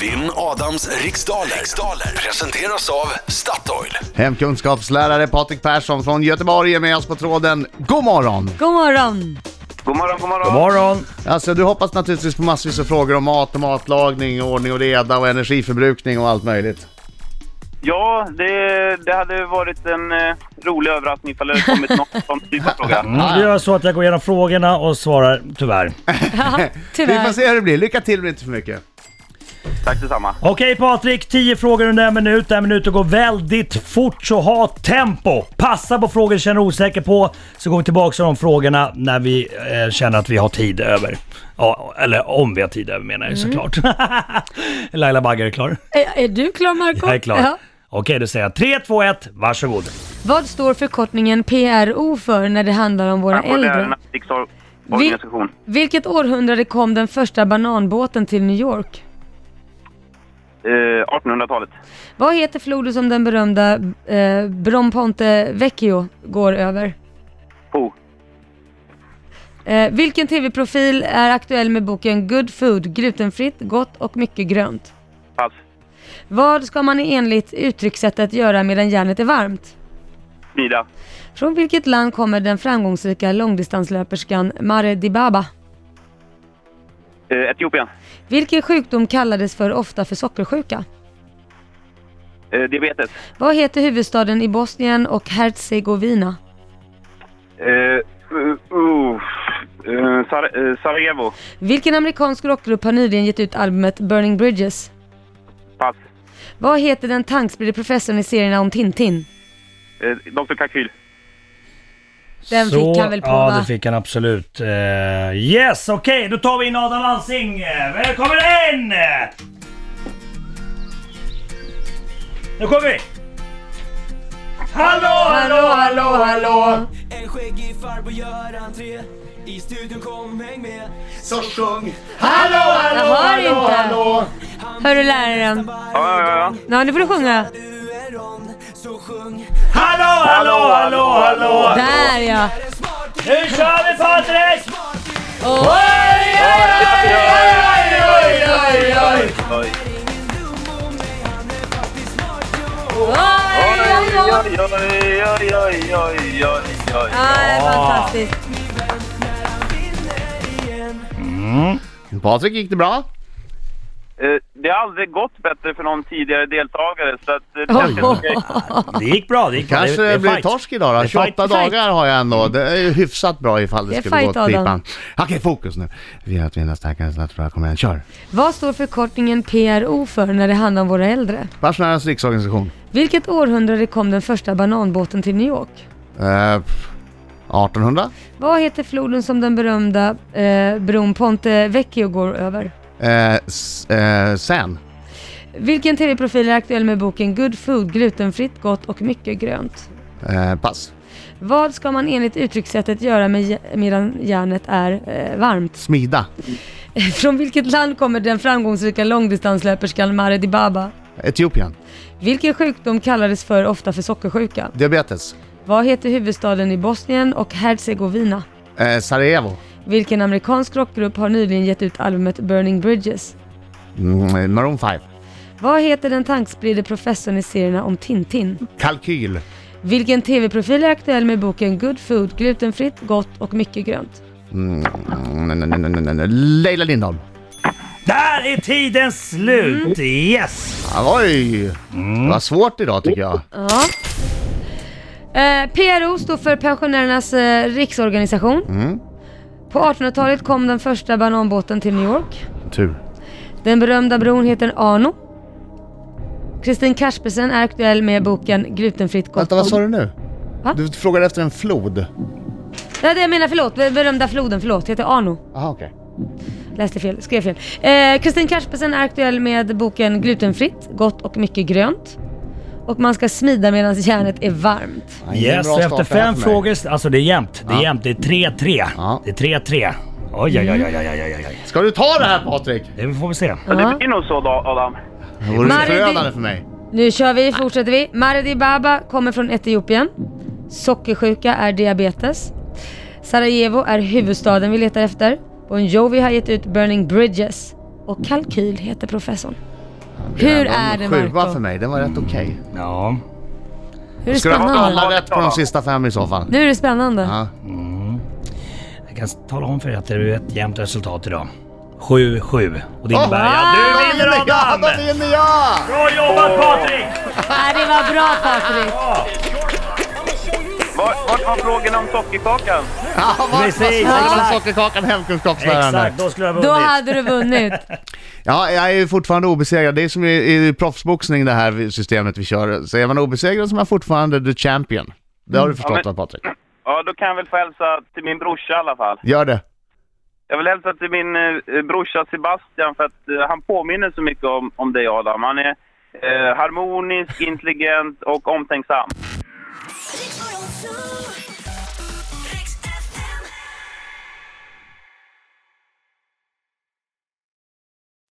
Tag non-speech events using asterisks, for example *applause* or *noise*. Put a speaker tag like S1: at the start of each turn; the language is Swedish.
S1: Vinn Adams riksdaler. riksdaler presenteras av Statoil.
S2: Hemkunskapslärare Patrik Persson från Göteborg är med oss på tråden. God morgon!
S3: God morgon!
S4: God morgon, god morgon.
S5: God morgon!
S2: Alltså du hoppas naturligtvis på massvis av frågor om mat och matlagning, ordning och reda och energiförbrukning och allt möjligt.
S4: Ja, det, det hade varit en eh, rolig överraskning ifall det hade kommit *laughs* något sånt typ av fråga.
S5: Mm, vi gör så att jag går igenom frågorna och svarar tyvärr.
S3: Ja,
S2: *laughs* Vi får
S3: tyvärr.
S2: se hur det blir. Lycka till men inte för mycket.
S4: Tack detsamma.
S5: Okej Patrik, 10 frågor under en minut. En minut och går väldigt fort så ha tempo. Passa på frågor du känner dig osäker på så går vi tillbaka till de frågorna när vi eh, känner att vi har tid över. Ja, eller om vi har tid över menar jag såklart. *laughs* Laila Bagge, är du klar?
S3: Är, är du klar Marco?
S5: Jag är klar.
S3: Ja.
S5: Okej, då säger jag 3, 2, 1, varsågod.
S3: Vad står förkortningen PRO för när det handlar om våra äldre?
S4: Pensionärernas riksorganisation.
S3: Vilket århundrade kom den första bananbåten till New York?
S4: Eh, 1800-talet.
S3: Vad heter floden som den berömda eh, Bromponte Vecchio går över?
S4: Po.
S3: Eh, vilken tv-profil är aktuell med boken Good Food, glutenfritt, gott och mycket grönt?
S4: Pass.
S3: Vad ska man enligt uttryckssättet göra medan järnet är varmt?
S4: Smida.
S3: Från vilket land kommer den framgångsrika långdistanslöperskan Mare Dibaba?
S4: Eh, Etiopien.
S3: Vilken sjukdom kallades för ofta för sockersjuka?
S4: Eh, diabetes.
S3: Vad heter huvudstaden i Bosnien och Herzegovina?
S4: Eh, uh, uh, eh, Sar- eh, Sarajevo.
S3: Vilken amerikansk rockgrupp har nyligen gett ut albumet Burning Bridges?
S4: Pass.
S3: Vad heter den tankspridde professorn i serierna om Tintin?
S4: Eh, Dr. Kakyl.
S3: Den
S5: så,
S3: fick han väl på,
S5: Ja,
S3: va?
S5: det fick han absolut. Eh, yes, okej, då tar vi in Adam Alsing. Eh, Välkommen in! Nu kommer vi! Hallå, hallå, hallå, hallå!
S6: En skäggig farbror gör entré I studion kom häng med
S7: Så sjung
S5: Hallå, hallå,
S3: Jag hör
S5: hallå,
S3: inte.
S5: hallå!
S6: Han
S3: Hör du läraren?
S6: blir
S4: Ja, ja, ja.
S3: Ja, nu får du sjunga.
S6: du en rond Så sjung
S5: Hallå, hallå, hallå, hallå!
S3: Där ja!
S6: Är en smarting,
S5: Nu kör vi Patrik!
S6: smarting
S5: Oj, oj, oj, oj, oj, oj, oj!
S4: Eh,
S6: Ingen dum om mig Han är faktiskt smart jo
S3: Oj, oj, oj!
S4: Oj, oj, oj, oj, oj, oj, oj.
S3: Ja, det är fantastiskt.
S6: Min vän när han vinner igen
S2: Patrik, gick det bra?
S4: Eh, det har aldrig gått bättre för någon tidigare deltagare så att eh, det
S3: Oj.
S4: känns inte okej.
S5: Det gick bra, det gick bra.
S2: Kanske
S5: det,
S2: det
S5: är
S2: blir
S5: fight.
S2: torsk idag
S5: Det är
S2: då.
S5: fight.
S2: 28
S5: Det är fight.
S2: dagar har jag ändå. Det är ju hyfsat bra ifall det,
S3: Det är
S2: skulle
S3: fight,
S2: gå åt
S3: Adam.
S2: pipan. Okej, fokus nu. Vi har att vinna starkare än att förlora. Kom igen, kör!
S3: Vad står förkortningen PRO för när det handlar om våra äldre?
S2: Pensionärernas riksorganisation.
S3: Vilket århundrade kom den första bananbåten till New York?
S2: Eh, 1800?
S3: Vad heter floden som den berömda eh, bron Ponte Vecchio går över?
S2: Eh, s- eh, sen?
S3: Vilken tv-profil är aktuell med boken Good Food, glutenfritt, gott och mycket grönt?
S2: Eh, pass.
S3: Vad ska man enligt uttryckssättet göra med, jä- medan järnet är eh, varmt? *laughs*
S2: Smida.
S3: Från vilket land kommer den framgångsrika långdistanslöperskan Mare Dibaba?
S2: Etiopien.
S3: Vilken sjukdom kallades för ofta för sockersjuka?
S2: Diabetes.
S3: Vad heter huvudstaden i Bosnien och Herzegovina?
S2: Eh, Sarajevo.
S3: Vilken amerikansk rockgrupp har nyligen gett ut albumet Burning Bridges?
S2: Mm, Maroon 5.
S3: Vad heter den tankspridde professorn i serierna om Tintin?
S2: Kalkyl.
S3: Vilken tv-profil är aktuell med boken Good Food, glutenfritt, gott och mycket grönt?
S2: Mm, nej, nej, nej, nej, nej, nej. Leila Lindholm.
S5: Där är tiden
S3: Mm.
S5: slut! Yes!
S2: Ah, Oj! Det var svårt idag tycker jag.
S3: Ja. Eh, PRO står för Pensionärernas eh, riksorganisation.
S2: Mm.
S3: På 1800-talet kom den första bananbåten till New York.
S2: Tur.
S3: Den berömda bron heter Arno. Kristin Kaspersen är aktuell med boken Glutenfritt gott
S2: Vänta, vad sa
S3: och-
S2: du nu?
S3: Va?
S2: Du frågade efter en flod.
S3: Ja, det jag menar, förlåt. Den berömda floden, förlåt. Heter Arno.
S2: Jaha, okej.
S3: Läste fel, skrev fel. Eh, Kristin Kaspersen är aktuell med boken Glutenfritt, gott och mycket grönt. Och man ska smida medan järnet är varmt.
S2: Ja, ingen
S5: Yes,
S2: bra
S5: och
S2: start
S5: efter
S2: det här
S5: fem
S2: för mig.
S5: frågor... Alltså det är jämnt. Det är
S2: Ja.
S5: jämnt. Det är 3-3.
S2: Ja.
S5: Det är 3-3. Oj, oj, oj, oj, oj, oj, oj.
S2: Ska du ta det här Patrik?
S5: Det får vi se.
S4: Så det
S3: Ja.
S4: blir nog så då, Adam.
S2: Det vore
S3: Marie,
S2: förödande
S3: du-
S2: för mig.
S3: Nu kör vi, fortsätter vi. Maredi Baba kommer från Etiopien. Sockersjuka är diabetes. Sarajevo är huvudstaden vi letar efter. Bon Jovi har gett ut Burning Bridges. Och Kalkyl heter professorn. Hur
S2: Ändå en
S3: är det
S2: Sjua för
S3: Marco?
S2: mig, det var rätt okej.
S5: Ja.
S3: Hur är det
S2: Ska du ha haft
S3: spännande?
S2: alla rätt på de sista fem i så fall?
S3: Nu är det spännande.
S2: Ja.
S5: Jag kan tala om för er att det är ett jämnt resultat idag. 7-7. Och det innebär
S2: Åh,
S5: att du vinner
S2: jag!
S5: Adam!
S2: Då vinner jag!
S5: Bra jobbat Patrik!
S3: Nej, det var bra Patrik.
S4: Vart, vart var frågorna om sockerkakan?
S2: Ja, vart
S5: Precis,
S2: var
S5: exakt.
S2: var sockerkakan hemkunskapslärande?
S5: Exakt, då skulle jag ha
S3: Då
S5: vunnit.
S3: hade du vunnit.
S2: Ja, jag är ju fortfarande obesegrad. Det är som i, i proffsboxning det här systemet vi kör. Så är man obesegrad så är man fortfarande the champion. Det har du förstått va
S4: men-
S2: Patrik?
S4: Ja, då kan jag väl få hälsa till min brorsa i alla fall.
S2: Gör det.
S4: Jag vill hälsa till min eh, brorsa Sebastian för att eh, han påminner så mycket om, om dig Adam. Han är eh, harmonisk, intelligent och omtänksam.
S7: Riks Morgonzoo.